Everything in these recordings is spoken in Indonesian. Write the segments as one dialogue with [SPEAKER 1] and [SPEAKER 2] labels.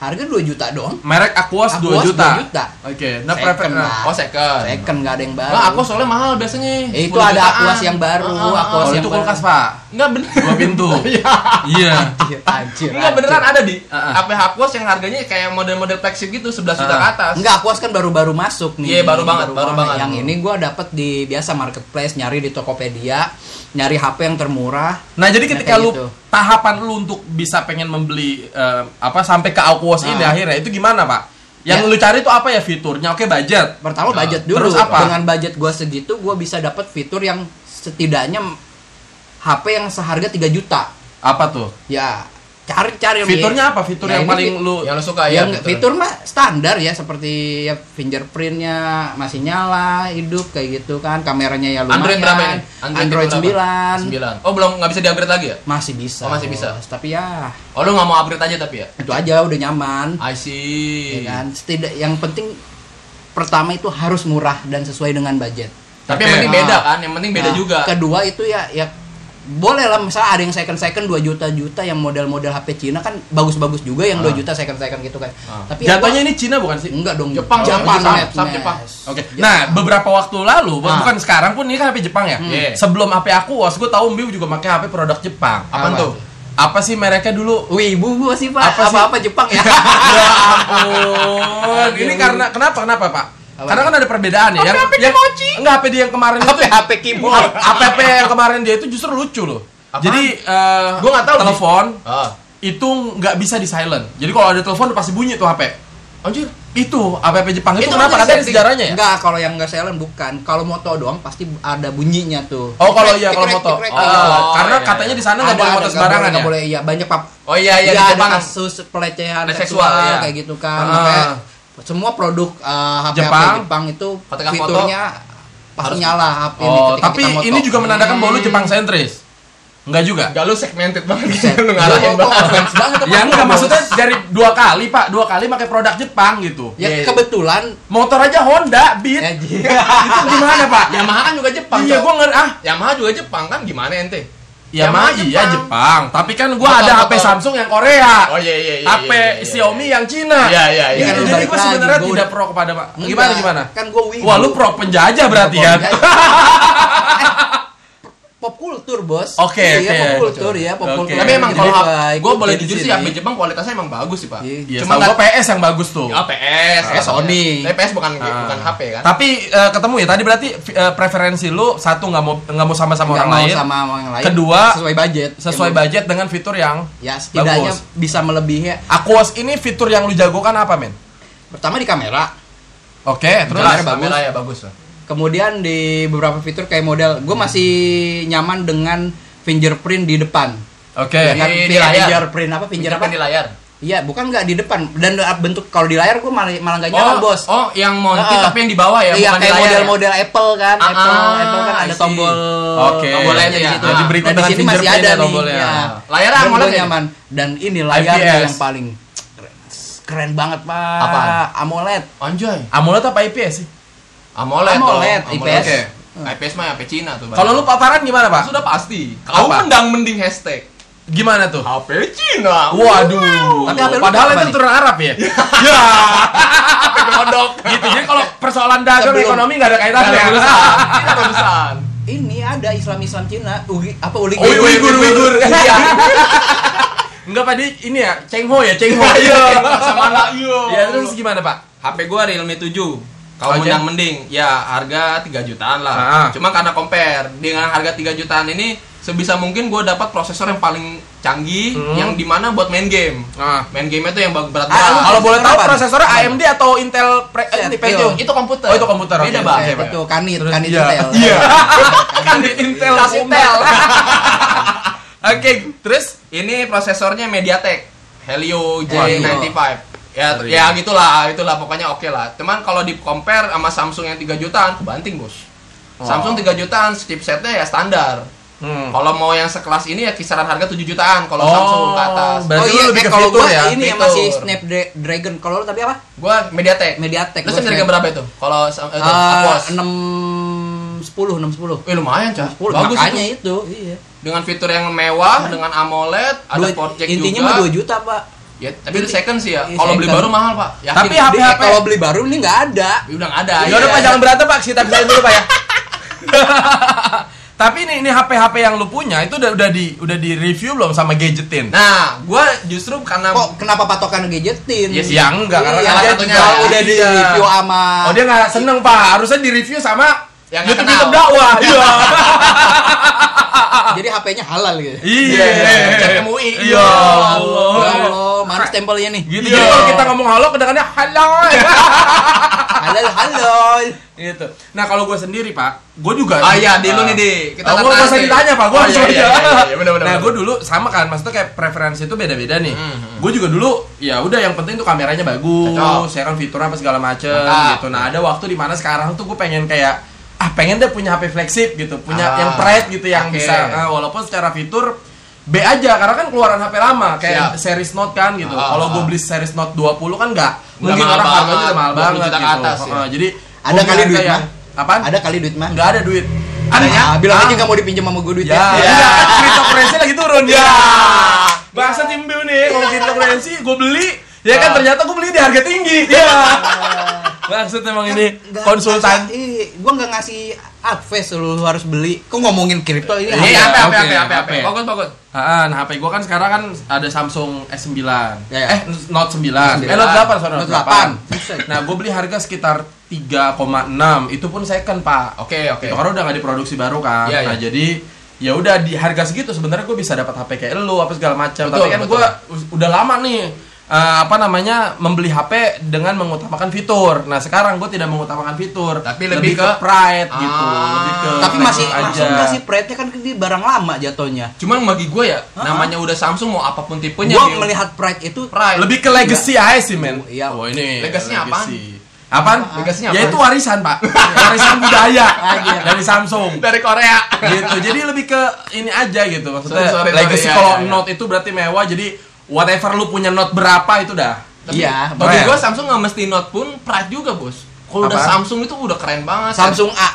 [SPEAKER 1] Harga 2 juta doang.
[SPEAKER 2] Merek Aquas, 2
[SPEAKER 1] Aquas
[SPEAKER 2] juta.
[SPEAKER 1] 2 juta.
[SPEAKER 2] Oke, nah
[SPEAKER 1] Second
[SPEAKER 2] prefer
[SPEAKER 1] lah.
[SPEAKER 3] Oh second.
[SPEAKER 1] Second nggak ada yang baru.
[SPEAKER 3] Oh, iya. Lah Aquas soalnya mahal biasanya.
[SPEAKER 1] Eh, itu
[SPEAKER 3] 10
[SPEAKER 1] ada
[SPEAKER 3] jutaan.
[SPEAKER 1] Aquas yang baru,
[SPEAKER 3] Ah, ah, ah.
[SPEAKER 1] Aquas
[SPEAKER 2] Oh,
[SPEAKER 1] yang
[SPEAKER 2] itu kulkas, Pak.
[SPEAKER 3] Enggak bener.
[SPEAKER 2] Dua pintu.
[SPEAKER 3] Iya.
[SPEAKER 2] Iya.
[SPEAKER 1] Anjir, anjir.
[SPEAKER 3] Enggak beneran ada di
[SPEAKER 2] Ah, ah.
[SPEAKER 3] HP Aquas yang harganya kayak model-model flagship gitu 11 juta
[SPEAKER 2] Ah.
[SPEAKER 3] ke atas.
[SPEAKER 1] Enggak, Aquas kan baru-baru masuk nih.
[SPEAKER 3] Iya, baru banget, baru banget.
[SPEAKER 1] Yang ini gua dapat di biasa marketplace, nyari di Tokopedia, nyari HP yang termurah.
[SPEAKER 2] Nah, jadi ketika
[SPEAKER 1] Kayak
[SPEAKER 2] lu
[SPEAKER 1] gitu.
[SPEAKER 2] tahapan lu untuk bisa pengen membeli eh, apa sampai ke Aquos ini
[SPEAKER 1] Ah.
[SPEAKER 2] akhirnya itu gimana, Pak? Yang
[SPEAKER 1] Ya.
[SPEAKER 2] lu cari itu apa ya fiturnya? Oke, budget.
[SPEAKER 1] Pertama
[SPEAKER 3] Nah,
[SPEAKER 1] budget dulu.
[SPEAKER 2] terus apa?
[SPEAKER 1] Dengan budget gua segitu, gua bisa dapat fitur yang setidaknya HP yang seharga 3 juta.
[SPEAKER 2] Apa tuh?
[SPEAKER 1] Ya, cari-cari
[SPEAKER 2] Fiturnya apa? Fitur
[SPEAKER 1] Nah,
[SPEAKER 2] yang
[SPEAKER 1] ini
[SPEAKER 2] paling
[SPEAKER 1] fit-
[SPEAKER 2] lu
[SPEAKER 3] Yang lu suka ya.
[SPEAKER 1] yang fitur mah standar ya seperti ya fingerprintnya masih nyala hidup kayak gitu kan kameranya ya lumayan
[SPEAKER 3] Android berapa ini?
[SPEAKER 1] Android,
[SPEAKER 3] berapa?
[SPEAKER 1] 9
[SPEAKER 3] 9. Oh, belum nggak bisa di-upgrade lagi ya?
[SPEAKER 1] masih bisa
[SPEAKER 3] Oh, masih bisa.
[SPEAKER 1] Bos. tapi ya
[SPEAKER 3] Oh, lu nggak mau upgrade aja tapi ya?
[SPEAKER 1] itu aja udah nyaman
[SPEAKER 3] I
[SPEAKER 1] ya
[SPEAKER 3] see.
[SPEAKER 1] Hmm. kan setidak yang penting pertama itu harus murah dan sesuai dengan budget
[SPEAKER 3] Tapi yang
[SPEAKER 2] Oke.
[SPEAKER 3] penting beda kan, yang penting beda
[SPEAKER 1] Nah,
[SPEAKER 3] juga.
[SPEAKER 1] kedua itu ya ya boleh lah misalnya ada yang second second 2 juta juta yang model-model HP Cina kan bagus-bagus juga yang 2 juta second second gitu kan
[SPEAKER 3] Ah.
[SPEAKER 1] tapi ya
[SPEAKER 2] Jatuhnya ini Cina bukan
[SPEAKER 1] gua-
[SPEAKER 2] sih?
[SPEAKER 1] enggak dong
[SPEAKER 3] Jepang,
[SPEAKER 1] Jepang,
[SPEAKER 3] Jepang,
[SPEAKER 1] net,
[SPEAKER 3] Jepang,
[SPEAKER 1] net.
[SPEAKER 3] Jepang.
[SPEAKER 2] Oke.
[SPEAKER 1] Ya.
[SPEAKER 2] Nah, beberapa waktu lalu, bu-
[SPEAKER 3] Ah.
[SPEAKER 2] bukan sekarang pun ini kan HP Jepang ya.
[SPEAKER 3] Iya.
[SPEAKER 1] Hmm.
[SPEAKER 2] Sebelum HP aku, was gue tahu Mbiu juga pakai HP produk Jepang.
[SPEAKER 1] Apa
[SPEAKER 3] Apaan tuh?
[SPEAKER 1] tuh?
[SPEAKER 2] Apa sih mereknya dulu?
[SPEAKER 1] Wih, ibu gua sih pak.
[SPEAKER 2] Apa sih?
[SPEAKER 1] Apa-apa Jepang ya.
[SPEAKER 2] Ya ampun. ini karena kenapa kenapa Pak?
[SPEAKER 1] Apa?
[SPEAKER 2] Karena kan ada perbedaan ya. Yang,
[SPEAKER 3] HP
[SPEAKER 2] yang
[SPEAKER 3] Kimochi.
[SPEAKER 2] enggak HP dia yang kemarin itu. ya.
[SPEAKER 1] HP keyboard.
[SPEAKER 2] APP yang kemarin dia itu justru lucu loh.
[SPEAKER 3] Apaan?
[SPEAKER 2] Jadi eh
[SPEAKER 3] Gua nggak tahu, Ji.
[SPEAKER 2] telepon
[SPEAKER 3] Ah.
[SPEAKER 2] itu nggak bisa di silent. Jadi kalau ada telepon pasti bunyi tuh HP.
[SPEAKER 3] Anjir.
[SPEAKER 2] Itu APP Jepang itu,
[SPEAKER 3] Itu
[SPEAKER 2] kenapa? Ada
[SPEAKER 3] masih setting.
[SPEAKER 2] sejarahnya ya?
[SPEAKER 1] Enggak, kalau yang enggak silent bukan. Kalau moto doang pasti ada bunyinya tuh.
[SPEAKER 2] Oh kalau iya
[SPEAKER 1] Tikrek,
[SPEAKER 2] kalau
[SPEAKER 1] tikrek,
[SPEAKER 2] moto.
[SPEAKER 1] tikrek,
[SPEAKER 2] Ah,
[SPEAKER 1] kayak gitu.
[SPEAKER 3] gitu.
[SPEAKER 2] karena
[SPEAKER 3] Oh, iya,
[SPEAKER 2] katanya
[SPEAKER 3] iya.
[SPEAKER 2] di sana nggak boleh
[SPEAKER 1] Ada,
[SPEAKER 2] moto
[SPEAKER 1] nggak
[SPEAKER 2] sembarangan
[SPEAKER 1] boleh,
[SPEAKER 2] ya.
[SPEAKER 1] nggak boleh iya banyak pak
[SPEAKER 3] Oh iya iya,
[SPEAKER 1] Iya,
[SPEAKER 3] di
[SPEAKER 1] ada
[SPEAKER 3] Jepang.
[SPEAKER 1] kasus pelecehan
[SPEAKER 3] Pelecehan
[SPEAKER 1] seksual,
[SPEAKER 3] seksual, iya.
[SPEAKER 1] kayak gitu kan
[SPEAKER 2] Ah.
[SPEAKER 1] Makanya semua produk eh, HP
[SPEAKER 2] Jepang.
[SPEAKER 1] Jepang. Jepang itu
[SPEAKER 3] Ketika foto,
[SPEAKER 1] fiturnya pasti
[SPEAKER 3] harus-
[SPEAKER 1] nyala HP ini
[SPEAKER 2] Oh,
[SPEAKER 1] ketika
[SPEAKER 2] tapi
[SPEAKER 1] kita moto.
[SPEAKER 2] ini juga menandakan bahwa lu
[SPEAKER 3] Hmm.
[SPEAKER 2] Jepang sentris. Enggak juga.
[SPEAKER 3] Gak lu segmented banget
[SPEAKER 1] Set.
[SPEAKER 3] gitu, lu
[SPEAKER 1] Iya,
[SPEAKER 3] ngarahin
[SPEAKER 1] kok
[SPEAKER 3] banget.
[SPEAKER 1] offense banget tuh,
[SPEAKER 2] Ya
[SPEAKER 1] Pak.
[SPEAKER 2] enggak maksudnya dari dua kali, Pak. Dua kali pakai produk Jepang gitu.
[SPEAKER 1] ya
[SPEAKER 3] Iya, iya.
[SPEAKER 1] kebetulan
[SPEAKER 2] Motor aja Honda Beat.
[SPEAKER 1] ya, ji-
[SPEAKER 2] Itu gimana, Pak?
[SPEAKER 3] Yamaha kan juga Jepang.
[SPEAKER 2] iya,
[SPEAKER 3] Cok.
[SPEAKER 2] gua ngerti ah.
[SPEAKER 3] Yamaha juga Jepang kan gimana ente?
[SPEAKER 2] Ya mah iya Jepang, tapi kan gua
[SPEAKER 3] Motor,
[SPEAKER 2] ada HP
[SPEAKER 3] motor.
[SPEAKER 2] Samsung yang Korea.
[SPEAKER 1] Ah.
[SPEAKER 3] Oh iya iya iya.
[SPEAKER 2] HP
[SPEAKER 3] iya, iya, iya.
[SPEAKER 2] Xiaomi yang Cina.
[SPEAKER 3] Iya, iya, iya,
[SPEAKER 2] Gitu, Jadi gua
[SPEAKER 3] iya.
[SPEAKER 1] Balik lagi,
[SPEAKER 2] sebenarnya
[SPEAKER 1] gua
[SPEAKER 2] tidak
[SPEAKER 1] udah-
[SPEAKER 2] pro kepada Pak. Gimana
[SPEAKER 1] Enggak,
[SPEAKER 2] gimana?
[SPEAKER 1] kan gue wibu
[SPEAKER 2] Wah, lu pro penjajah berarti ya.
[SPEAKER 1] Eh, pop kultur bos
[SPEAKER 2] Oke,
[SPEAKER 1] iya,
[SPEAKER 2] oke.
[SPEAKER 1] pop kultur ya pop
[SPEAKER 2] Oke.
[SPEAKER 1] kultur
[SPEAKER 3] Tapi emang
[SPEAKER 1] Jadi
[SPEAKER 3] kalau
[SPEAKER 1] gua
[SPEAKER 3] gue
[SPEAKER 1] ikutin
[SPEAKER 3] boleh
[SPEAKER 1] di
[SPEAKER 3] jujur sih
[SPEAKER 1] sini.
[SPEAKER 3] HP Jepang kualitasnya emang bagus sih pak. kan
[SPEAKER 1] Iya.
[SPEAKER 2] Iya,
[SPEAKER 3] Cuma
[SPEAKER 2] Cuma
[SPEAKER 3] nggak
[SPEAKER 2] gua PS yang bagus tuh.
[SPEAKER 3] Ya, PS,
[SPEAKER 2] Ah.
[SPEAKER 3] ya, Sony.
[SPEAKER 1] Sony.
[SPEAKER 3] Tapi PS bukan
[SPEAKER 2] Ah.
[SPEAKER 3] bukan HP kan.
[SPEAKER 2] Tapi eh, ketemu ya tadi berarti eh, preferensi lu satu nggak mau nggak mau sama-sama
[SPEAKER 1] Nggak
[SPEAKER 2] orang
[SPEAKER 1] mau
[SPEAKER 2] lain.
[SPEAKER 1] sama Iya, orang lain
[SPEAKER 2] Kedua,
[SPEAKER 1] sesuai budget
[SPEAKER 2] sesuai
[SPEAKER 1] Emang-
[SPEAKER 2] budget dengan fitur yang
[SPEAKER 1] ya setidaknya
[SPEAKER 2] Bagus.
[SPEAKER 1] bisa melebihi
[SPEAKER 2] Aquos ini fitur yang lu jagokan apa men?
[SPEAKER 1] pertama di kamera
[SPEAKER 2] Oke, terus
[SPEAKER 1] Kamera
[SPEAKER 3] Jelas,
[SPEAKER 1] bagus.
[SPEAKER 3] kamera ya bagus. lah.
[SPEAKER 1] kemudian di beberapa fitur kayak model gue masih nyaman dengan fingerprint di depan
[SPEAKER 2] oke.
[SPEAKER 1] Ya kan?
[SPEAKER 3] Di- di
[SPEAKER 1] Finger-
[SPEAKER 3] layar.
[SPEAKER 1] fingerprint apa finger
[SPEAKER 3] Pinjaman
[SPEAKER 1] apa
[SPEAKER 3] di layar.
[SPEAKER 1] iya bukan nggak di depan dan eh, bentuk kalau di layar gue malah malah nggak nyaman bos
[SPEAKER 3] oh yang
[SPEAKER 1] Ah,
[SPEAKER 3] monti
[SPEAKER 1] ah.
[SPEAKER 3] tapi yang di bawah ya,
[SPEAKER 1] iya
[SPEAKER 3] bukan di
[SPEAKER 1] kayak
[SPEAKER 3] layar. ya?
[SPEAKER 1] model-model Apple kan
[SPEAKER 3] Ah,
[SPEAKER 1] Apple
[SPEAKER 3] ah,
[SPEAKER 1] Apple kan ada
[SPEAKER 3] I see.
[SPEAKER 1] tombol
[SPEAKER 2] Oke.
[SPEAKER 1] tombol
[SPEAKER 3] Tombolnya
[SPEAKER 1] itu
[SPEAKER 3] ya.
[SPEAKER 1] di situ
[SPEAKER 3] Nah,
[SPEAKER 2] Jadi berikut
[SPEAKER 1] Nah, di
[SPEAKER 2] dengan
[SPEAKER 1] sini masih
[SPEAKER 2] fingerprintnya
[SPEAKER 1] ada nih
[SPEAKER 2] tombolnya.
[SPEAKER 1] ya.
[SPEAKER 3] Layarnya
[SPEAKER 1] Dan
[SPEAKER 3] AMOLED
[SPEAKER 1] gua
[SPEAKER 3] ya?
[SPEAKER 1] nyaman dan ini layarnya
[SPEAKER 2] IPS.
[SPEAKER 1] yang paling keren banget pak
[SPEAKER 3] Apaan?
[SPEAKER 1] AMOLED
[SPEAKER 3] Anjay.
[SPEAKER 2] AMOLED apa IPS sih?
[SPEAKER 3] AMOLED. Nah, dong,
[SPEAKER 1] AMOLED, IPS.
[SPEAKER 3] Oke. IPS mah HP Cina tuh. Bang.
[SPEAKER 2] Kalau lu paparan gimana pak?
[SPEAKER 3] sudah pasti. Kau
[SPEAKER 2] Apa?
[SPEAKER 3] mendang mending hashtag
[SPEAKER 2] Gimana tuh?
[SPEAKER 3] HP Cina.
[SPEAKER 2] Waduh,
[SPEAKER 1] Tapi apa lu
[SPEAKER 2] padahal
[SPEAKER 1] apa
[SPEAKER 2] itu
[SPEAKER 1] nih? Iya.
[SPEAKER 2] turun Arab ya? ya, gitu. Jadi kalau persoalan dagang
[SPEAKER 1] Sebelum-
[SPEAKER 2] ekonomi nggak ada kaitannya.
[SPEAKER 3] Kan Ada perusahaan. Ini ada perusahaan.
[SPEAKER 1] ini ada Islam Islam Cina Ugi, apa Uli
[SPEAKER 2] Uy,
[SPEAKER 3] Uighur,
[SPEAKER 2] Uighur, Uighur.
[SPEAKER 3] Uighur.
[SPEAKER 1] Iya.
[SPEAKER 2] Enggak tadi ini ya, Cengho ya, Cengho.
[SPEAKER 1] Iya.
[SPEAKER 3] Sama anak yo.
[SPEAKER 2] Ya terus gimana pak?
[SPEAKER 3] HP gua Realme 7
[SPEAKER 2] Oke.
[SPEAKER 3] kalau undang mending ya harga 3 jutaan lah
[SPEAKER 2] Ah.
[SPEAKER 3] cuma karena compare dengan harga 3 jutaan ini sebisa mungkin gua dapat prosesor yang paling canggih
[SPEAKER 2] Hmm.
[SPEAKER 3] yang dimana buat main game
[SPEAKER 1] Nah.
[SPEAKER 2] Ah.
[SPEAKER 3] main game itu yang berat berat
[SPEAKER 1] Ah, lu
[SPEAKER 2] Kalau boleh tahu
[SPEAKER 1] Apa?
[SPEAKER 2] prosesornya AMD atau Intel Pre eh,
[SPEAKER 1] Set,
[SPEAKER 2] Pentium?
[SPEAKER 3] itu komputer
[SPEAKER 2] Oh, itu komputer,
[SPEAKER 3] beda
[SPEAKER 2] oke,
[SPEAKER 3] bang
[SPEAKER 2] oke.
[SPEAKER 1] Eh, betul kanit
[SPEAKER 2] Terus-
[SPEAKER 1] kanit
[SPEAKER 2] iya.
[SPEAKER 1] Intel
[SPEAKER 2] Iya.
[SPEAKER 1] kanit
[SPEAKER 2] Intel.
[SPEAKER 3] Tas Kan Intel.
[SPEAKER 2] Oke, terus
[SPEAKER 3] ini prosesornya MediaTek Helio J95 ya
[SPEAKER 2] Serius.
[SPEAKER 1] Oh, iya.
[SPEAKER 3] ya gitulah itulah pokoknya oke lah cuman kalau di compare sama Samsung yang 3 jutaan kebanting bos
[SPEAKER 2] Oh.
[SPEAKER 3] Samsung 3 jutaan chipsetnya ya standar
[SPEAKER 2] Hmm.
[SPEAKER 3] Kalau mau yang sekelas ini ya kisaran harga 7 jutaan kalau
[SPEAKER 2] Oh,
[SPEAKER 3] Samsung ke atas.
[SPEAKER 1] oh
[SPEAKER 2] ber- Berarti
[SPEAKER 1] iya
[SPEAKER 2] lu
[SPEAKER 1] eh,
[SPEAKER 2] lebih ke
[SPEAKER 1] kalau
[SPEAKER 2] fitur
[SPEAKER 1] gua
[SPEAKER 2] ya,
[SPEAKER 1] ini yang
[SPEAKER 3] fitur.
[SPEAKER 1] masih Snapdragon kalau lu tadi apa
[SPEAKER 3] Gua Mediatek.
[SPEAKER 1] Mediatek
[SPEAKER 3] Terus
[SPEAKER 1] gua
[SPEAKER 3] harga
[SPEAKER 1] Snap-
[SPEAKER 3] berapa itu? Kalau Sam- eh, itu,
[SPEAKER 1] Eh,
[SPEAKER 3] Aquos.
[SPEAKER 1] enam sepuluh enam sepuluh
[SPEAKER 3] Eh lumayan, Cah. Bagus
[SPEAKER 1] makanya
[SPEAKER 3] itu.
[SPEAKER 1] itu, iya
[SPEAKER 3] Dengan fitur yang mewah, dengan AMOLED, ada
[SPEAKER 1] Dua-
[SPEAKER 3] port jack
[SPEAKER 1] intinya
[SPEAKER 3] juga.
[SPEAKER 1] mah 2 juta pak
[SPEAKER 3] Ya, tapi itu
[SPEAKER 1] Jadi-
[SPEAKER 3] second sih ya.
[SPEAKER 1] iya,
[SPEAKER 3] Kalau beli
[SPEAKER 1] second.
[SPEAKER 3] baru mahal, Pak. Yakin.
[SPEAKER 2] Tapi HP-
[SPEAKER 1] Jadi,
[SPEAKER 2] HP.
[SPEAKER 1] kalau beli baru ini nggak ada.
[SPEAKER 3] Dia udah nggak ada.
[SPEAKER 2] Ya udah
[SPEAKER 3] iya.
[SPEAKER 2] Pak, jangan berantem Pak, kita pisahin dulu Pak ya. Tapi ini ini HP-HP yang lu punya itu udah udah di udah di review belum sama gadgetin?
[SPEAKER 3] Nah, gua justru karena
[SPEAKER 1] Kok kenapa patokan gadgetin?
[SPEAKER 3] Iya sih,
[SPEAKER 2] ya enggak karena
[SPEAKER 1] Iya,
[SPEAKER 2] salah
[SPEAKER 1] dia
[SPEAKER 2] satunya
[SPEAKER 1] juga udah di
[SPEAKER 2] Iya.
[SPEAKER 1] review sama
[SPEAKER 2] Oh dia nggak seneng Pak, harusnya di review sama
[SPEAKER 3] Yang nggak
[SPEAKER 2] YouTube
[SPEAKER 3] kenal.
[SPEAKER 2] YouTube dakwah. Iya.
[SPEAKER 1] jadi HP-nya halal gitu.
[SPEAKER 2] ah. Iya.
[SPEAKER 3] Cek MUI.
[SPEAKER 2] Iya.
[SPEAKER 3] Ya
[SPEAKER 1] Ya
[SPEAKER 2] Allah.
[SPEAKER 1] Allah, mana stempelnya nih?
[SPEAKER 2] Gitu.
[SPEAKER 3] Iya.
[SPEAKER 2] Jadi kalau kita ngomong halo kedengarannya halo.
[SPEAKER 1] Halal halal.
[SPEAKER 2] gitu. Nah, kalau gue sendiri, Pak, gue juga
[SPEAKER 3] Ah, iya, di lu nih, Di.
[SPEAKER 2] Kita oh,
[SPEAKER 3] Kita
[SPEAKER 2] gue
[SPEAKER 3] tantangan,
[SPEAKER 2] usah
[SPEAKER 3] Di.
[SPEAKER 2] ditanya, Pak. Gue
[SPEAKER 3] Oh,
[SPEAKER 2] langsung
[SPEAKER 3] iya, iya,
[SPEAKER 2] aja.
[SPEAKER 3] iya, iya, benar, benar,
[SPEAKER 2] Nah,
[SPEAKER 3] benar.
[SPEAKER 2] gue dulu sama kan, maksudnya kayak preferensi itu beda-beda nih.
[SPEAKER 3] hmm.
[SPEAKER 2] Gue juga dulu ya udah yang penting tuh kameranya bagus,
[SPEAKER 3] Cocok.
[SPEAKER 2] ya kan fiturnya apa segala macem
[SPEAKER 3] Mantap.
[SPEAKER 2] gitu. Nah, ada waktu di mana sekarang tuh gue pengen kayak ah pengen deh punya HP flagship gitu, punya
[SPEAKER 3] Ah,
[SPEAKER 2] yang pride gitu yang
[SPEAKER 3] oke.
[SPEAKER 2] bisa nah, walaupun secara fitur B aja karena kan keluaran HP lama kayak
[SPEAKER 3] Siap.
[SPEAKER 2] series Note kan gitu.
[SPEAKER 3] Ah,
[SPEAKER 2] Kalau
[SPEAKER 3] ah,
[SPEAKER 2] gue
[SPEAKER 3] ah.
[SPEAKER 2] beli series Note 20 kan nggak
[SPEAKER 3] Udah
[SPEAKER 2] mungkin
[SPEAKER 3] mahal
[SPEAKER 2] karena harganya
[SPEAKER 3] banget,
[SPEAKER 2] udah mahal
[SPEAKER 3] 20
[SPEAKER 2] banget
[SPEAKER 3] juta ke
[SPEAKER 2] gitu.
[SPEAKER 3] atas ya.
[SPEAKER 2] Heeh, jadi
[SPEAKER 1] Ada
[SPEAKER 2] gua
[SPEAKER 1] kali
[SPEAKER 2] bilang
[SPEAKER 1] duit,
[SPEAKER 2] kayak,
[SPEAKER 1] Mah?
[SPEAKER 2] Apaan?
[SPEAKER 1] Ada ya? kali duit mah.
[SPEAKER 2] Nggak ada duit.
[SPEAKER 1] Adanya,
[SPEAKER 2] Adanya?
[SPEAKER 1] bilang aja
[SPEAKER 2] Ah.
[SPEAKER 1] nggak mau dipinjam sama gue duitnya.
[SPEAKER 2] Ya,
[SPEAKER 1] Ya.
[SPEAKER 2] ya. cryptocurrency lagi turun
[SPEAKER 1] Iya.
[SPEAKER 2] ya. Bahasa timbu nih, kalau cryptocurrency gue beli, ya kan
[SPEAKER 3] Ah.
[SPEAKER 2] ternyata gue beli di harga tinggi. Ya. Maksud emang ini
[SPEAKER 1] Iya. Kan Nggak
[SPEAKER 2] konsultan.
[SPEAKER 1] ngasih- Ih, gua nggak ngasih advice lu lu harus beli. Kok ngomongin kripto ini? halal.
[SPEAKER 2] Iya,
[SPEAKER 3] apa apa
[SPEAKER 2] oke,
[SPEAKER 3] apa apa apa.
[SPEAKER 2] apa.
[SPEAKER 3] Bagus, bagus.
[SPEAKER 2] Ah, nah HP gue kan sekarang kan ada Samsung S9.
[SPEAKER 1] Ya, ya.
[SPEAKER 2] Eh, Note 9. Eh, Note 8, sorry,
[SPEAKER 1] Note
[SPEAKER 2] Note
[SPEAKER 1] 8.
[SPEAKER 2] 8. Nah, gue beli harga sekitar 3,6. Itu pun second, Pak.
[SPEAKER 3] Oke, oke.
[SPEAKER 2] Itu karena udah nggak diproduksi baru kan.
[SPEAKER 3] Iya,
[SPEAKER 2] nah
[SPEAKER 3] iya.
[SPEAKER 2] jadi ya udah di harga segitu sebenarnya gue bisa dapat HP kayak lu apa segala macam.
[SPEAKER 3] Betul,
[SPEAKER 2] Tapi kan
[SPEAKER 3] betul.
[SPEAKER 2] gue us- udah lama nih eh, apa namanya membeli HP dengan mengutamakan fitur. Nah sekarang gue tidak mengutamakan fitur,
[SPEAKER 3] Tapi lebih ke-
[SPEAKER 2] pride gitu,
[SPEAKER 3] Ah.
[SPEAKER 2] lebih ke
[SPEAKER 1] Tapi masih
[SPEAKER 2] aja.
[SPEAKER 1] langsung kasih pride-nya kan di barang lama jatuhnya.
[SPEAKER 3] Cuman bagi gua ya, namanya udah Samsung mau apapun tipenya
[SPEAKER 1] Gua
[SPEAKER 3] dia-
[SPEAKER 1] melihat pride itu
[SPEAKER 3] Pride.
[SPEAKER 2] lebih ke legacy aja sih men
[SPEAKER 1] Iya.
[SPEAKER 2] oh ini
[SPEAKER 3] Legasinya apaan?
[SPEAKER 2] apaan?
[SPEAKER 3] Legasinya
[SPEAKER 2] ya
[SPEAKER 3] apaan?
[SPEAKER 2] itu warisan pak warisan budaya
[SPEAKER 1] Ah, iya.
[SPEAKER 2] dari Samsung
[SPEAKER 3] dari Korea.
[SPEAKER 2] gitu jadi lebih ke ini aja gitu maksudnya
[SPEAKER 3] Sorry, sorry, sorry.
[SPEAKER 2] legacy
[SPEAKER 3] Iya,
[SPEAKER 2] kalau
[SPEAKER 3] iya, iya.
[SPEAKER 2] note itu berarti mewah jadi whatever lu punya note berapa itu dah
[SPEAKER 1] Iya,
[SPEAKER 2] brand.
[SPEAKER 3] Bagi gua Samsung nggak mesti Note pun pride juga, Bos. Kalau udah
[SPEAKER 2] Apaan?
[SPEAKER 3] Samsung itu udah keren banget.
[SPEAKER 1] Samsung A.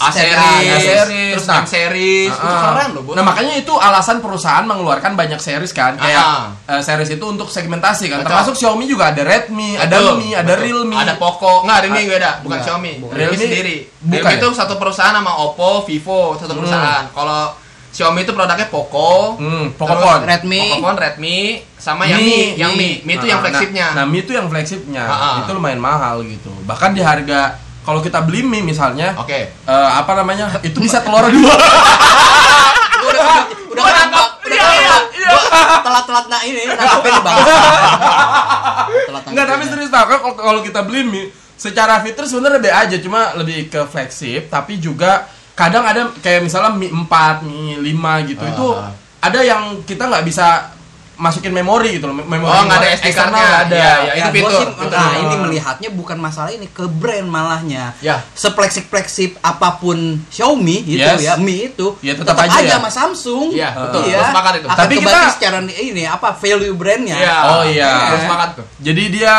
[SPEAKER 3] A
[SPEAKER 2] A
[SPEAKER 3] series,
[SPEAKER 2] series.
[SPEAKER 3] terus
[SPEAKER 2] Nah.
[SPEAKER 3] M series, itu
[SPEAKER 2] Ah.
[SPEAKER 3] keren loh, Bos.
[SPEAKER 2] Nah makanya itu alasan perusahaan mengeluarkan banyak series kan, kayak
[SPEAKER 3] Ah.
[SPEAKER 2] eh, series itu untuk segmentasi kan.
[SPEAKER 3] Betul.
[SPEAKER 2] Termasuk Xiaomi juga ada Redmi, ada
[SPEAKER 3] Betul,
[SPEAKER 2] Mi, ada
[SPEAKER 3] betul.
[SPEAKER 2] Realme.
[SPEAKER 3] Ada Poco. Enggak, Realme
[SPEAKER 2] Ah,
[SPEAKER 3] gue ada, bukan
[SPEAKER 2] enggak.
[SPEAKER 3] Xiaomi.
[SPEAKER 2] Bukan.
[SPEAKER 3] Realme
[SPEAKER 2] Realme
[SPEAKER 3] sendiri.
[SPEAKER 2] bukan
[SPEAKER 3] Realme
[SPEAKER 2] ya?
[SPEAKER 3] itu satu perusahaan sama Oppo, Vivo, satu perusahaan. Kalau Xiaomi itu produknya Poco.
[SPEAKER 2] Hmm,
[SPEAKER 3] terus
[SPEAKER 2] Pocophone.
[SPEAKER 1] Redmi.
[SPEAKER 3] Pocophone, Redmi, sama yang Mi, yang Mi. Mi itu
[SPEAKER 2] Nah,
[SPEAKER 3] yang
[SPEAKER 2] nah,
[SPEAKER 3] flagshipnya.
[SPEAKER 2] Nah, Mi itu yang flagshipnya.
[SPEAKER 3] Ah, ah.
[SPEAKER 2] Itu lumayan mahal gitu. Bahkan di harga kalau kita beli Mi misalnya
[SPEAKER 3] Oke.
[SPEAKER 2] eh, apa namanya? Itu bisa telur dua.
[SPEAKER 1] udah udah
[SPEAKER 3] Gua
[SPEAKER 1] nangkap,
[SPEAKER 3] nangkap.
[SPEAKER 1] udah
[SPEAKER 3] Iya, iya,
[SPEAKER 1] nangkap. Gua telat-telat nah ini nangkapnya di bawah. Telat
[SPEAKER 2] Enggak, tapi
[SPEAKER 3] Iya.
[SPEAKER 1] nangkapnya.
[SPEAKER 2] serius tau kan kalau- kalau kita beli Mi secara fitur sebenarnya B aja, cuma lebih ke flagship tapi juga kadang ada kayak misalnya Mi 4, Mi 5 gitu.
[SPEAKER 3] Ah,
[SPEAKER 2] itu
[SPEAKER 3] ah.
[SPEAKER 2] ada yang kita nggak bisa masukin memori gitu loh. Mem- Memori
[SPEAKER 3] Oh, nggak ada
[SPEAKER 2] luar-
[SPEAKER 3] SD
[SPEAKER 2] eksternal
[SPEAKER 3] card-nya.
[SPEAKER 2] nggak ada.
[SPEAKER 3] Iya, iya, itu
[SPEAKER 1] Gua
[SPEAKER 3] fitur,
[SPEAKER 1] sih,
[SPEAKER 3] fitur.
[SPEAKER 1] nah ini melihatnya bukan masalah ini ke brand malahnya.
[SPEAKER 3] Ya.
[SPEAKER 1] Sepleksip pleksip apapun Xiaomi gitu
[SPEAKER 2] Yes.
[SPEAKER 1] ya, Mi itu
[SPEAKER 2] Ya, tetap aja ya.
[SPEAKER 1] sama Samsung.
[SPEAKER 3] Iya,
[SPEAKER 2] betul.
[SPEAKER 1] Iya.
[SPEAKER 3] Gua sepakat itu.
[SPEAKER 1] Akan
[SPEAKER 2] Tapi
[SPEAKER 1] kebaca
[SPEAKER 2] kita-
[SPEAKER 1] secara ini apa value brandnya.
[SPEAKER 3] Iya.
[SPEAKER 2] Oh, iya.
[SPEAKER 3] Terus sepakat tuh.
[SPEAKER 2] Jadi dia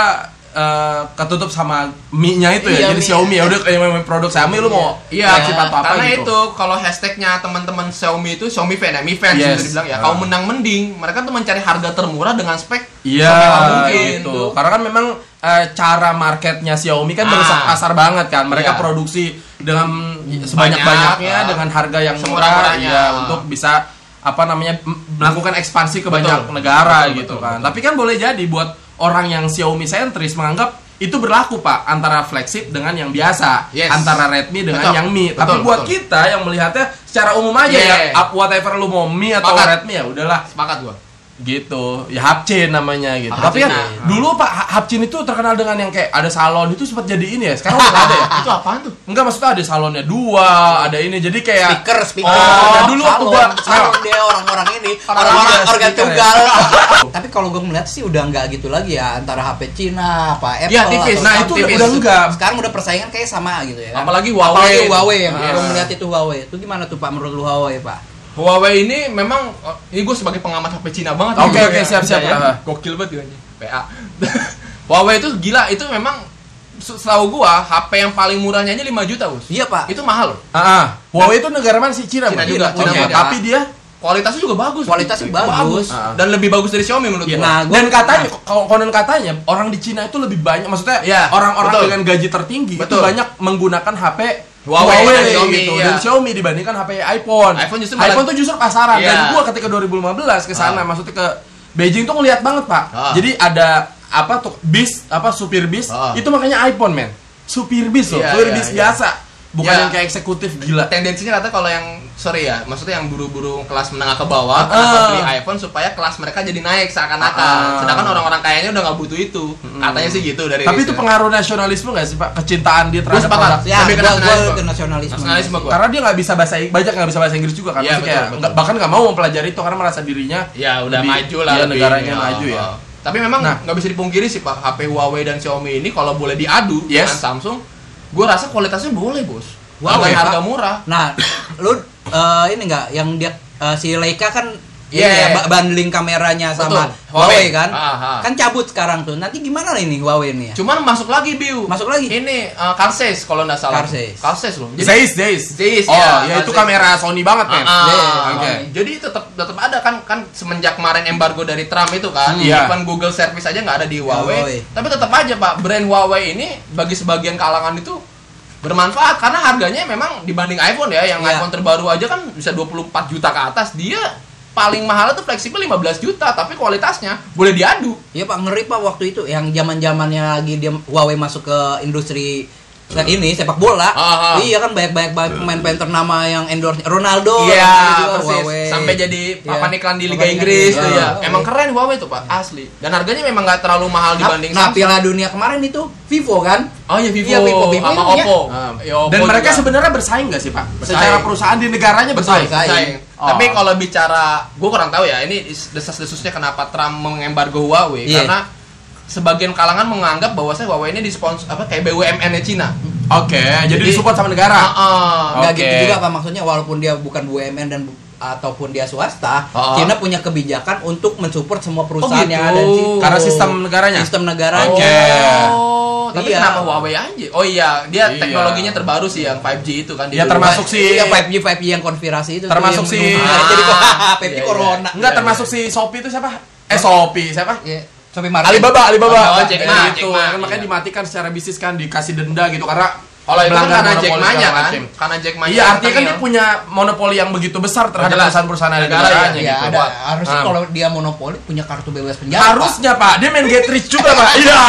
[SPEAKER 2] eh, ketutup sama mie-nya itu
[SPEAKER 1] Iya,
[SPEAKER 2] ya. jadi
[SPEAKER 1] mie.
[SPEAKER 2] Xiaomi ya udah kayak memang produk Xiaomi lu mau
[SPEAKER 3] Iya,
[SPEAKER 2] flagship atau apa
[SPEAKER 3] karena
[SPEAKER 2] gitu.
[SPEAKER 3] itu kalau hashtagnya teman-teman Xiaomi itu Xiaomi fan ya, Mi fans
[SPEAKER 2] Yes.
[SPEAKER 3] gitu dibilang ya.
[SPEAKER 2] Ah.
[SPEAKER 3] Kalau menang mending, mereka tuh mencari harga termurah dengan spek
[SPEAKER 2] Iya,
[SPEAKER 3] semewah mungkin.
[SPEAKER 2] gitu. Karena kan memang eh, cara marketnya Xiaomi kan merusak
[SPEAKER 3] Ah.
[SPEAKER 2] pasar banget kan. Mereka
[SPEAKER 3] Iya.
[SPEAKER 2] produksi dengan sebanyak-banyaknya
[SPEAKER 3] Banyak, ah.
[SPEAKER 2] dengan harga yang murah
[SPEAKER 3] Semurah-murahnya.
[SPEAKER 2] ya untuk bisa apa namanya m- melakukan ekspansi ke banyak negara
[SPEAKER 3] Betul,
[SPEAKER 2] gitu
[SPEAKER 3] betul,
[SPEAKER 2] kan. Tapi kan boleh jadi buat orang yang Xiaomi sentris menganggap itu berlaku Pak antara flagship dengan yang biasa,
[SPEAKER 3] Yes.
[SPEAKER 2] antara Redmi dengan
[SPEAKER 3] Betul,
[SPEAKER 2] yang Mi.
[SPEAKER 3] betul,
[SPEAKER 2] Tapi buat
[SPEAKER 3] betul.
[SPEAKER 2] kita yang melihatnya secara umum aja ya,
[SPEAKER 3] Yeah.
[SPEAKER 2] up whatever lu mau Mi atau
[SPEAKER 3] Sepakat.
[SPEAKER 2] Redmi ya udahlah
[SPEAKER 3] Sepakat gua.
[SPEAKER 2] gitu ya Hapcin namanya gitu tapi
[SPEAKER 3] Hapcin,
[SPEAKER 2] kan
[SPEAKER 3] nah.
[SPEAKER 2] dulu pak Ha- Hapcin itu terkenal dengan yang kayak ada salon itu sempat jadi ini ya sekarang udah nggak ada ya
[SPEAKER 3] Itu apaan tuh?
[SPEAKER 2] enggak maksudnya ada salonnya dua ada ini jadi kayak
[SPEAKER 1] Speaker, speaker.
[SPEAKER 2] Oh, nah, dulu waktu
[SPEAKER 1] salon,
[SPEAKER 2] gua-
[SPEAKER 1] salon dia orang-orang ini, orang-orang
[SPEAKER 2] Orang-orang
[SPEAKER 1] organ
[SPEAKER 2] speaker
[SPEAKER 1] tunggal. Tapi kalau gue melihat sih udah nggak gitu lagi ya antara HP Cina, apa Apple.
[SPEAKER 3] Iya, tipis.
[SPEAKER 1] atau
[SPEAKER 2] nah
[SPEAKER 1] Samsung.
[SPEAKER 2] itu
[SPEAKER 3] tipis.
[SPEAKER 2] udah enggak
[SPEAKER 1] sekarang udah persaingan kayak sama gitu ya. kan?
[SPEAKER 3] Apalagi Huawei.
[SPEAKER 1] Apalagi Huawei ya. yang
[SPEAKER 3] Yes.
[SPEAKER 1] gue melihat itu Huawei. Itu gimana tuh Pak menurut lu Huawei Pak?
[SPEAKER 3] Huawei ini memang oh, ini gue sebagai pengamat HP Cina banget.
[SPEAKER 2] Oke,
[SPEAKER 3] Iya,
[SPEAKER 2] oke, ya.
[SPEAKER 3] iya.
[SPEAKER 2] siap, siap.
[SPEAKER 3] Iya,
[SPEAKER 2] Aha.
[SPEAKER 3] iya. Gokil banget dia anjing. PA. Huawei itu gila, itu memang se- setahu gua HP yang paling murahnya aja 5 juta, Bus.
[SPEAKER 1] Iya Pak.
[SPEAKER 3] Itu mahal loh.
[SPEAKER 2] ah ah. Huawei itu negara mana sih Cina Pak?
[SPEAKER 3] Cina juga,
[SPEAKER 2] Cina,
[SPEAKER 3] Cina
[SPEAKER 2] Pak.
[SPEAKER 3] juga.
[SPEAKER 2] tapi dia
[SPEAKER 3] kualitasnya juga bagus
[SPEAKER 1] Kualitasnya
[SPEAKER 3] Gitu.
[SPEAKER 1] bagus.
[SPEAKER 2] Ah.
[SPEAKER 3] dan lebih bagus dari Xiaomi menurut
[SPEAKER 2] Iya.
[SPEAKER 3] gua
[SPEAKER 1] Nah, gua-
[SPEAKER 2] dan katanya ko- konon katanya orang di Cina itu lebih banyak maksudnya
[SPEAKER 3] Iya,
[SPEAKER 2] orang-orang
[SPEAKER 3] betul.
[SPEAKER 2] dengan gaji tertinggi
[SPEAKER 3] Betul.
[SPEAKER 2] itu banyak menggunakan HP
[SPEAKER 3] Huawei dan Xiaomi,
[SPEAKER 2] gitu
[SPEAKER 3] iya.
[SPEAKER 2] dan Xiaomi dibandingkan HP iPhone.
[SPEAKER 3] iPhone justru malah-
[SPEAKER 2] iPhone tuh justru pasaran dan
[SPEAKER 3] Iya.
[SPEAKER 2] gua ketika 2015 ke sana
[SPEAKER 3] Ah.
[SPEAKER 2] maksudnya ke Beijing tuh ngelihat banget, Pak.
[SPEAKER 3] Ah.
[SPEAKER 2] Jadi ada apa tuh bis apa supir bis
[SPEAKER 3] Ah.
[SPEAKER 2] itu makanya iPhone, men. Supir bis loh,
[SPEAKER 3] Iya,
[SPEAKER 2] supir
[SPEAKER 3] iya,
[SPEAKER 2] bis
[SPEAKER 3] iya.
[SPEAKER 2] biasa. Bukan
[SPEAKER 3] Iya.
[SPEAKER 2] yang kayak eksekutif gila.
[SPEAKER 3] tendensinya kata kalau yang sorry ya maksudnya yang buru-buru kelas menengah ke
[SPEAKER 2] Ah.
[SPEAKER 3] bawah kenapa beli iPhone supaya kelas mereka jadi naik seakan-akan
[SPEAKER 2] Ah. Hmm.
[SPEAKER 3] sedangkan orang-orang kayaknya udah nggak butuh itu katanya sih gitu dari
[SPEAKER 2] Tapi itu
[SPEAKER 3] riset.
[SPEAKER 2] pengaruh nasionalisme gak sih, Pak? Kecintaan dia terhadap
[SPEAKER 3] sepakat.
[SPEAKER 2] produk.
[SPEAKER 1] ya
[SPEAKER 3] Lebih ke
[SPEAKER 1] gua, gua
[SPEAKER 3] nasionalisme.
[SPEAKER 1] ke nasionalisme
[SPEAKER 3] nasionalisme gua
[SPEAKER 2] Karena dia nggak bisa bahasa Ing- banyak nggak bisa bahasa Inggris juga kan,
[SPEAKER 3] Iya,
[SPEAKER 2] Maksudnya kayak
[SPEAKER 3] betul, betul.
[SPEAKER 2] nggak- bahkan nggak mau mempelajari itu karena merasa dirinya
[SPEAKER 3] ya udah
[SPEAKER 2] lebih-
[SPEAKER 3] maju lah
[SPEAKER 2] iya,
[SPEAKER 3] lebih.
[SPEAKER 2] negaranya
[SPEAKER 3] Oh,
[SPEAKER 2] maju ya.
[SPEAKER 3] oh. tapi memang
[SPEAKER 2] Nah.
[SPEAKER 3] nggak bisa dipungkiri sih pak HP Huawei dan Xiaomi ini kalau boleh diadu
[SPEAKER 2] Yes.
[SPEAKER 3] dengan Samsung gue rasa kualitasnya boleh bos
[SPEAKER 2] Huawei,
[SPEAKER 3] dengan harga
[SPEAKER 2] Pak.
[SPEAKER 3] murah
[SPEAKER 1] Nah, lu eh, ini enggak yang dia eh, si Leica kan ini
[SPEAKER 3] Iya, iya.
[SPEAKER 1] ya, ba- bundling kameranya sama
[SPEAKER 3] Betul.
[SPEAKER 1] Huawei,
[SPEAKER 3] Huawei.
[SPEAKER 1] kan?
[SPEAKER 3] Aha.
[SPEAKER 1] Kan cabut sekarang tuh. Nanti gimana ini Huawei ini ya?
[SPEAKER 3] cuman masuk lagi Biu
[SPEAKER 1] Masuk lagi.
[SPEAKER 3] ini uh, Karses kalau nggak salah
[SPEAKER 1] Karses.
[SPEAKER 3] Karses loh Jadi-
[SPEAKER 2] Zeiss, Zeiss.
[SPEAKER 3] Zeiss,
[SPEAKER 2] oh,
[SPEAKER 3] ya,
[SPEAKER 2] ya itu
[SPEAKER 3] Zeiss.
[SPEAKER 2] kamera Sony banget,
[SPEAKER 3] Ah,
[SPEAKER 2] men.
[SPEAKER 3] ah,
[SPEAKER 1] Iya,
[SPEAKER 3] oke.
[SPEAKER 2] oke.
[SPEAKER 3] Jadi tetap tetap ada kan kan semenjak kemarin embargo dari Trump itu
[SPEAKER 2] Hmm,
[SPEAKER 3] kan,
[SPEAKER 2] iya.
[SPEAKER 3] even Google service aja nggak ada di Huawei.
[SPEAKER 1] Huawei.
[SPEAKER 3] Tapi tetap aja Pak, brand Huawei ini bagi sebagian kalangan itu bermanfaat karena harganya memang dibanding iPhone ya, yang
[SPEAKER 1] Iya.
[SPEAKER 3] iPhone terbaru aja kan bisa 24 juta ke atas, dia paling mahal itu fleksibel 15 juta, tapi kualitasnya boleh diadu.
[SPEAKER 1] Iya Pak ngeri Pak waktu itu yang zaman-zamannya lagi dia Huawei masuk ke industri se-
[SPEAKER 3] Iya.
[SPEAKER 1] ini sepak
[SPEAKER 3] Ah,
[SPEAKER 1] bola.
[SPEAKER 3] Aha.
[SPEAKER 1] Iya kan banyak-banyak banyak pemain-pemain ternama yang endorse Ronaldo. Ronaldo
[SPEAKER 3] Iya,
[SPEAKER 1] juga,
[SPEAKER 3] persis.
[SPEAKER 1] Huawei.
[SPEAKER 3] Sampai jadi papan
[SPEAKER 1] Iya.
[SPEAKER 3] iklan di Liga
[SPEAKER 1] Papan iklan
[SPEAKER 3] Inggris
[SPEAKER 1] di-
[SPEAKER 3] tuh
[SPEAKER 1] Iya,
[SPEAKER 3] ya.
[SPEAKER 1] Huawei.
[SPEAKER 3] Emang keren Huawei tuh Pak, asli. Dan harganya memang nggak terlalu mahal
[SPEAKER 1] Nah,
[SPEAKER 3] dibanding
[SPEAKER 1] nah,
[SPEAKER 3] Samsung.
[SPEAKER 1] Piala Dunia kemarin itu Vivo kan?
[SPEAKER 3] Oh iya Vivo,
[SPEAKER 1] Iya, Vivo, Vivo
[SPEAKER 3] sama
[SPEAKER 1] itu punya.
[SPEAKER 3] Oppo.
[SPEAKER 2] Ah.
[SPEAKER 3] Ya, Oppo
[SPEAKER 2] Dan mereka
[SPEAKER 3] juga.
[SPEAKER 2] sebenarnya bersaing gak sih, Pak?
[SPEAKER 3] Bersaing.
[SPEAKER 2] Secara perusahaan di negaranya bersaing.
[SPEAKER 1] Bersaing.
[SPEAKER 3] Bersaing.
[SPEAKER 2] Oh.
[SPEAKER 3] Tapi kalau bicara, gue kurang tahu ya. Ini is- desas-desusnya kenapa Trump mengembargo Huawei?
[SPEAKER 1] Iya.
[SPEAKER 3] Karena sebagian kalangan menganggap bahwa saya Huawei ini disponsor apa kayak BUMN-nya Cina.
[SPEAKER 2] Oke, jadi,
[SPEAKER 3] Jadi-
[SPEAKER 2] disupport sama negara.
[SPEAKER 3] Ah, ah.
[SPEAKER 1] Nggak
[SPEAKER 2] Oke.
[SPEAKER 1] gitu juga Pak maksudnya walaupun dia bukan BUMN dan bu- ataupun dia swasta,
[SPEAKER 3] Oh.
[SPEAKER 1] China punya kebijakan untuk mensupport semua perusahaan yang ada
[SPEAKER 3] gitu.
[SPEAKER 1] di situ.
[SPEAKER 2] Karena sistem negaranya.
[SPEAKER 1] sistem negaranya.
[SPEAKER 2] Oke.
[SPEAKER 3] Oh, tapi
[SPEAKER 1] Iya.
[SPEAKER 3] kenapa Huawei aja? Oh iya, dia
[SPEAKER 2] Iya.
[SPEAKER 3] teknologinya terbaru sih yang 5G itu kan. di
[SPEAKER 2] Ya,
[SPEAKER 3] Dubai.
[SPEAKER 2] termasuk si-
[SPEAKER 1] Iya 5G 5G yang konspirasi itu tuh yang-
[SPEAKER 2] Termasuk si-
[SPEAKER 1] yang menarik. jadi kok 5G
[SPEAKER 3] Ah, iya, iya.
[SPEAKER 1] corona.
[SPEAKER 2] Enggak
[SPEAKER 3] Iya,
[SPEAKER 2] termasuk si Shopee itu siapa? Eh Shopee siapa?
[SPEAKER 1] Iya. Sampai marah.
[SPEAKER 2] Alibaba, Alibaba.
[SPEAKER 3] Oh, Jack
[SPEAKER 2] Kayak
[SPEAKER 3] Ma, Jack
[SPEAKER 2] gitu.
[SPEAKER 3] Ma,
[SPEAKER 2] Kan makanya
[SPEAKER 3] iya.
[SPEAKER 2] dimatikan secara bisnis kan dikasih denda gitu karena
[SPEAKER 3] Kalau itu kan
[SPEAKER 2] melanggar
[SPEAKER 3] karena Jack
[SPEAKER 2] monopoli
[SPEAKER 3] Ma-nya
[SPEAKER 2] segala
[SPEAKER 3] kan.
[SPEAKER 2] macem.
[SPEAKER 3] Karena Jack Ma-nya.
[SPEAKER 2] Iya, artinya kan
[SPEAKER 3] tengil.
[SPEAKER 2] dia punya monopoli yang begitu besar terhadap
[SPEAKER 3] Jelas.
[SPEAKER 2] perusahaan-perusahaan
[SPEAKER 3] Negara,
[SPEAKER 2] negaranya
[SPEAKER 1] Iya,
[SPEAKER 2] gitu.
[SPEAKER 1] ada,
[SPEAKER 2] Pak.
[SPEAKER 1] harusnya
[SPEAKER 2] Ah.
[SPEAKER 1] kalau dia monopoli punya kartu bebas
[SPEAKER 3] Iya,
[SPEAKER 1] penjara.
[SPEAKER 2] Harusnya Pak, dia main get rich juga Pak. Iya.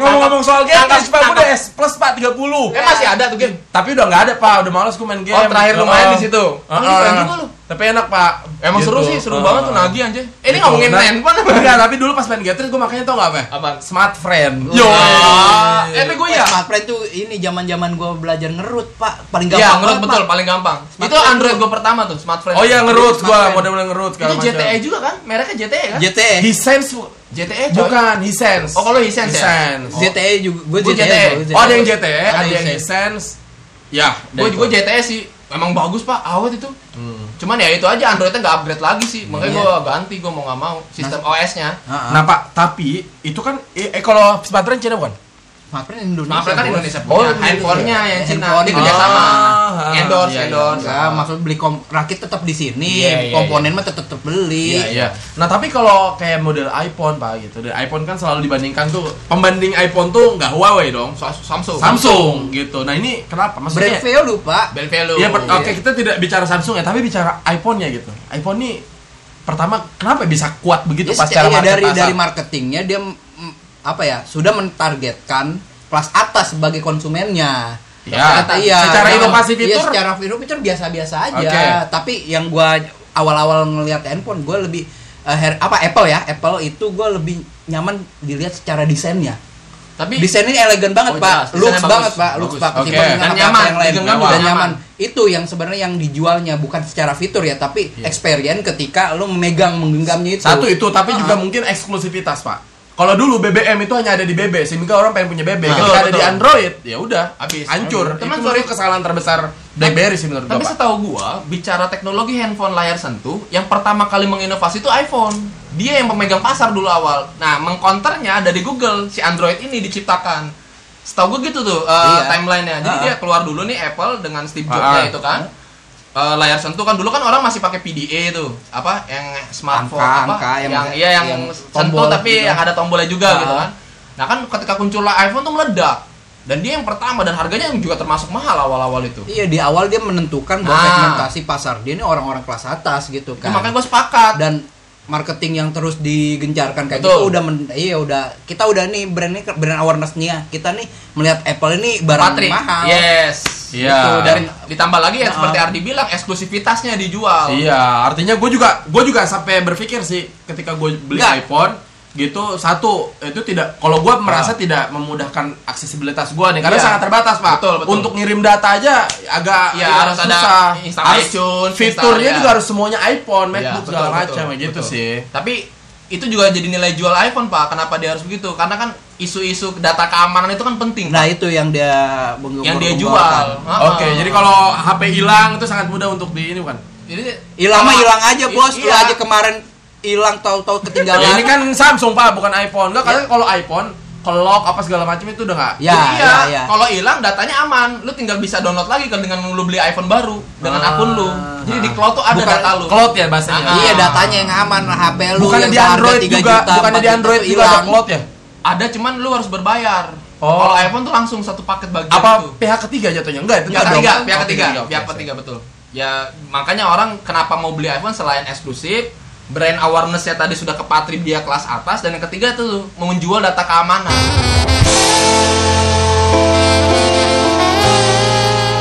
[SPEAKER 2] Ngomong-ngomong soal get
[SPEAKER 3] Tangkap,
[SPEAKER 2] rich Pak, gue
[SPEAKER 3] tangkap.
[SPEAKER 2] udah S plus Pak 30.
[SPEAKER 3] Eh masih ada tuh game.
[SPEAKER 2] Tapi udah nggak ada Pak, udah males gue main game.
[SPEAKER 3] Oh, terakhir lu main
[SPEAKER 2] Oh.
[SPEAKER 3] di situ?
[SPEAKER 2] Oh,
[SPEAKER 3] Oh, keren
[SPEAKER 2] enak.
[SPEAKER 3] juga lu.
[SPEAKER 2] Tapi enak Pak.
[SPEAKER 3] Emang seru
[SPEAKER 2] Gitu.
[SPEAKER 3] sih,
[SPEAKER 2] Oh.
[SPEAKER 3] seru banget tuh nagih anjay. Eh, ini
[SPEAKER 2] Gitu.
[SPEAKER 3] ngomongin
[SPEAKER 2] Nah,
[SPEAKER 3] handphone apa?
[SPEAKER 2] Enggak, tapi dulu pas main get rich gue makanya tau nggak apa? ya?
[SPEAKER 3] Apaan?
[SPEAKER 2] Smart friend. Iya.
[SPEAKER 3] Yo.
[SPEAKER 2] Yeay.
[SPEAKER 3] Eh, tapi gue
[SPEAKER 1] Gue
[SPEAKER 3] ya.
[SPEAKER 1] ya. tuh ini zaman-zaman gua belajar ngerut, Pak. Paling gampang.
[SPEAKER 3] Iya, ngerut
[SPEAKER 1] banget,
[SPEAKER 3] betul
[SPEAKER 1] Pak.
[SPEAKER 3] paling gampang.
[SPEAKER 1] Smart
[SPEAKER 3] itu
[SPEAKER 1] friend.
[SPEAKER 3] Android gue pertama tuh, smartphone.
[SPEAKER 2] Oh iya ngerut
[SPEAKER 3] Smart
[SPEAKER 2] gue,
[SPEAKER 3] friend.
[SPEAKER 2] model-model ngerut
[SPEAKER 3] Itu
[SPEAKER 2] segala macam.
[SPEAKER 3] JTE juga kan? Mereknya JTE kan?
[SPEAKER 1] JTE.
[SPEAKER 2] He sense
[SPEAKER 3] JTE coy.
[SPEAKER 2] bukan he sense.
[SPEAKER 3] Oh, kalau he sense ya?
[SPEAKER 2] Hisense.
[SPEAKER 1] JTE E juga gue
[SPEAKER 3] Gua
[SPEAKER 1] JTE.
[SPEAKER 3] JTE.
[SPEAKER 1] gua E.
[SPEAKER 2] Oh ada yang JTE, ada,
[SPEAKER 1] Ada
[SPEAKER 2] yang E.
[SPEAKER 1] Hisense.
[SPEAKER 2] Hisense. Ya,
[SPEAKER 3] Gue
[SPEAKER 2] dari Hmm.
[SPEAKER 3] gue
[SPEAKER 2] itu.
[SPEAKER 3] JTE sih. Emang bagus pak, awet itu. Cuman ya itu aja Androidnya nggak upgrade lagi sih. Makanya
[SPEAKER 1] Iya.
[SPEAKER 3] gue ganti, gue mau nggak mau sistem OS-nya.
[SPEAKER 1] Heeh.
[SPEAKER 2] Nah Pak, tapi itu kan eh, eh, kalau smart friend Cina bukan?
[SPEAKER 1] Smart friend Indonesia.
[SPEAKER 3] Maaf kan
[SPEAKER 1] bos.
[SPEAKER 3] Indonesia
[SPEAKER 2] Oh,
[SPEAKER 3] punya
[SPEAKER 2] Indonesia.
[SPEAKER 3] handphonenya yang Cina,
[SPEAKER 1] Handphone.
[SPEAKER 3] ini kerjasama,
[SPEAKER 2] Ah,
[SPEAKER 3] endorse,
[SPEAKER 2] iya, iya.
[SPEAKER 3] endorse.
[SPEAKER 1] Ya, maksud beli kom rakit tetap di sini,
[SPEAKER 2] Iya, iya,
[SPEAKER 1] komponen mah tetap beli.
[SPEAKER 2] Iya, iya. Nah tapi kalau kayak model iPhone Pak gitu, dan iPhone kan selalu dibandingkan tuh pembanding iPhone tuh nggak Huawei dong,
[SPEAKER 3] Sa- Samsung.
[SPEAKER 2] Samsung gitu. Nah ini kenapa?
[SPEAKER 1] Brand
[SPEAKER 2] Maksudnya?
[SPEAKER 1] value, Pak.
[SPEAKER 3] Brand value.
[SPEAKER 2] Iya, per-
[SPEAKER 3] Iya.
[SPEAKER 2] oke kita tidak bicara Samsung ya, tapi bicara iPhone-nya gitu. iPhone nih pertama kenapa bisa kuat begitu
[SPEAKER 1] Jadi
[SPEAKER 2] pas secara
[SPEAKER 1] iya,
[SPEAKER 2] market
[SPEAKER 1] dari
[SPEAKER 2] pasar?
[SPEAKER 1] dari marketingnya dia mm, apa ya sudah mentargetkan kelas atas sebagai konsumennya.
[SPEAKER 2] Ya.
[SPEAKER 1] Kata- iya,
[SPEAKER 2] Secara
[SPEAKER 1] jangan-
[SPEAKER 2] inovasi
[SPEAKER 1] iya,
[SPEAKER 2] fitur?
[SPEAKER 1] secara fitur fitur biasa-biasa aja.
[SPEAKER 2] Oke.
[SPEAKER 1] Tapi yang gua awal-awal ngelihat handphone gua lebih eh, her- apa Apple ya Apple itu gua lebih nyaman dilihat secara desainnya.
[SPEAKER 3] Tapi
[SPEAKER 1] Desain ini elegan banget,
[SPEAKER 3] Oh, jelas.
[SPEAKER 1] Pak. Looks
[SPEAKER 3] Desainnya
[SPEAKER 1] banget,
[SPEAKER 3] bagus.
[SPEAKER 1] Pak. Looks
[SPEAKER 3] Bagus.
[SPEAKER 1] Pak.
[SPEAKER 2] Oke.
[SPEAKER 1] Ketimbang dengan
[SPEAKER 3] Dan
[SPEAKER 1] apa-apa
[SPEAKER 3] nyaman.
[SPEAKER 1] yang lain.
[SPEAKER 3] Digenggam
[SPEAKER 1] Dan
[SPEAKER 3] juga nyaman.
[SPEAKER 1] nyaman. Itu yang sebenarnya yang dijualnya bukan secara fitur ya, tapi experience ketika lu memegang menggenggamnya itu.
[SPEAKER 2] Iya. Satu itu, tapi
[SPEAKER 1] Ah.
[SPEAKER 2] juga mungkin eksklusivitas pak. Kalau dulu BBM itu hanya ada di BB, sehingga orang pengen punya BB.
[SPEAKER 3] Betul,
[SPEAKER 2] Ketika ada
[SPEAKER 3] betul.
[SPEAKER 2] di Android, ya udah,
[SPEAKER 3] Habis.
[SPEAKER 2] hancur.
[SPEAKER 3] Teman,
[SPEAKER 2] itu
[SPEAKER 3] sorry.
[SPEAKER 2] menurut kesalahan terbesar BlackBerry sih menurut
[SPEAKER 3] Tapi
[SPEAKER 2] gua, Pak.
[SPEAKER 3] setahu gua, bicara teknologi handphone layar sentuh, yang pertama kali menginovasi itu iPhone. Dia yang pemegang pasar dulu awal. Nah, mengkonternya dari Google si Android ini diciptakan. Setahu gua gitu tuh uh,
[SPEAKER 1] Iya.
[SPEAKER 3] timelinenya. Jadi
[SPEAKER 1] Ah.
[SPEAKER 3] dia keluar dulu nih Apple dengan Steve
[SPEAKER 2] Ah.
[SPEAKER 3] Jobs-nya itu kan. eh, layar sentuh kan dulu kan orang masih pakai PDA tuh apa yang smartphone
[SPEAKER 1] Angka,
[SPEAKER 3] apa
[SPEAKER 1] angka, yang-
[SPEAKER 3] yang, iya yang,
[SPEAKER 1] yang
[SPEAKER 3] sentuh
[SPEAKER 1] tombol
[SPEAKER 3] tapi
[SPEAKER 1] gitu.
[SPEAKER 3] yang ada tombolnya juga
[SPEAKER 1] Ah.
[SPEAKER 3] gitu kan nah kan ketika muncullah iPhone tuh meledak dan dia yang pertama dan harganya yang juga termasuk mahal awal-awal itu
[SPEAKER 1] Iya di awal dia menentukan bahwa
[SPEAKER 2] Ah.
[SPEAKER 3] Nah.
[SPEAKER 1] segmentasi pasar dia ini orang-orang kelas atas gitu
[SPEAKER 3] Itu
[SPEAKER 1] kan.
[SPEAKER 3] makanya gue sepakat
[SPEAKER 1] dan marketing yang terus digencarkan kayak
[SPEAKER 3] Betul.
[SPEAKER 1] gitu udah men- iya udah kita udah nih brand ini brand awarenessnya kita nih melihat Apple ini barang
[SPEAKER 3] Patrick
[SPEAKER 1] mahal
[SPEAKER 3] yes
[SPEAKER 2] Iya.
[SPEAKER 3] Betul. dan ditambah lagi ya
[SPEAKER 1] Nah.
[SPEAKER 3] seperti Ardi bilang eksklusivitasnya dijual
[SPEAKER 2] Iya, artinya gue juga gue juga sampai berpikir sih ketika gue beli
[SPEAKER 1] Nggak.
[SPEAKER 2] iPhone gitu satu itu tidak kalau gue merasa tidak memudahkan aksesibilitas gue nih karena
[SPEAKER 3] Ah. Iya.
[SPEAKER 2] sangat terbatas pak
[SPEAKER 3] Betul, betul.
[SPEAKER 2] untuk ngirim data aja agak
[SPEAKER 3] Iya, harus ada
[SPEAKER 2] susah. harus
[SPEAKER 3] installation,
[SPEAKER 2] fiturnya
[SPEAKER 3] install,
[SPEAKER 2] juga
[SPEAKER 3] ya.
[SPEAKER 2] harus semuanya iPhone,
[SPEAKER 3] Iya,
[SPEAKER 2] MacBook
[SPEAKER 3] betul,
[SPEAKER 2] segala
[SPEAKER 3] betul,
[SPEAKER 2] macam
[SPEAKER 3] betul.
[SPEAKER 2] gitu sih
[SPEAKER 3] Tapi itu juga jadi nilai jual iPhone pak. Kenapa dia harus begitu? Karena kan isu-isu data keamanan itu kan penting.
[SPEAKER 1] nah itu yang dia
[SPEAKER 3] yang dia
[SPEAKER 1] menggembar-gemborkan.
[SPEAKER 3] jual. Ah,
[SPEAKER 2] oke
[SPEAKER 3] ah.
[SPEAKER 2] jadi kalau HP hilang itu sangat mudah untuk di ini bukan
[SPEAKER 3] Jadi
[SPEAKER 1] hilang mah Iya,
[SPEAKER 3] sama-
[SPEAKER 1] hilang aja bos
[SPEAKER 3] I-
[SPEAKER 1] Lu
[SPEAKER 3] iya.
[SPEAKER 1] aja kemarin hilang tahu-tahu
[SPEAKER 2] ya,
[SPEAKER 1] ketinggalan
[SPEAKER 2] ini kan Samsung pak bukan iPhone nggak karena kalau iPhone ke lock apa segala macam itu udah nggak
[SPEAKER 1] Ya,
[SPEAKER 3] Jadi
[SPEAKER 1] ya, ya.
[SPEAKER 3] iya, kalau hilang datanya aman, lu tinggal bisa download lagi kan dengan lu beli iPhone baru dengan
[SPEAKER 2] Ah.
[SPEAKER 3] akun lu. Jadi di cloud tuh ada
[SPEAKER 2] bukan
[SPEAKER 3] data lu.
[SPEAKER 2] cloud ya bahasanya
[SPEAKER 3] Ah,
[SPEAKER 1] iya datanya yang aman HP lu
[SPEAKER 2] bukannya
[SPEAKER 1] yang
[SPEAKER 2] di
[SPEAKER 1] seharga
[SPEAKER 2] Android
[SPEAKER 1] 3
[SPEAKER 2] juga
[SPEAKER 1] juta, 4
[SPEAKER 2] bukannya di
[SPEAKER 1] juta
[SPEAKER 2] Android
[SPEAKER 1] tuh
[SPEAKER 2] juga ada
[SPEAKER 1] hilang.
[SPEAKER 2] cloud ya
[SPEAKER 3] Ada cuman lu harus berbayar.
[SPEAKER 2] Oh.
[SPEAKER 3] Kalau iPhone tuh langsung satu paket bagian
[SPEAKER 2] apa
[SPEAKER 3] Iya, itu.
[SPEAKER 2] pihak ketiga jatuhnya enggak itu
[SPEAKER 3] pihak
[SPEAKER 2] enggak
[SPEAKER 3] ketiga,
[SPEAKER 2] dong.
[SPEAKER 3] pihak
[SPEAKER 2] Oh,
[SPEAKER 3] ketiga,
[SPEAKER 2] oke,
[SPEAKER 3] pihak
[SPEAKER 2] oke.
[SPEAKER 3] ketiga betul. Ya makanya orang kenapa mau beli iPhone selain eksklusif, brand awareness-nya tadi sudah ke Patri dia kelas atas dan yang ketiga tuh menjual data keamanan.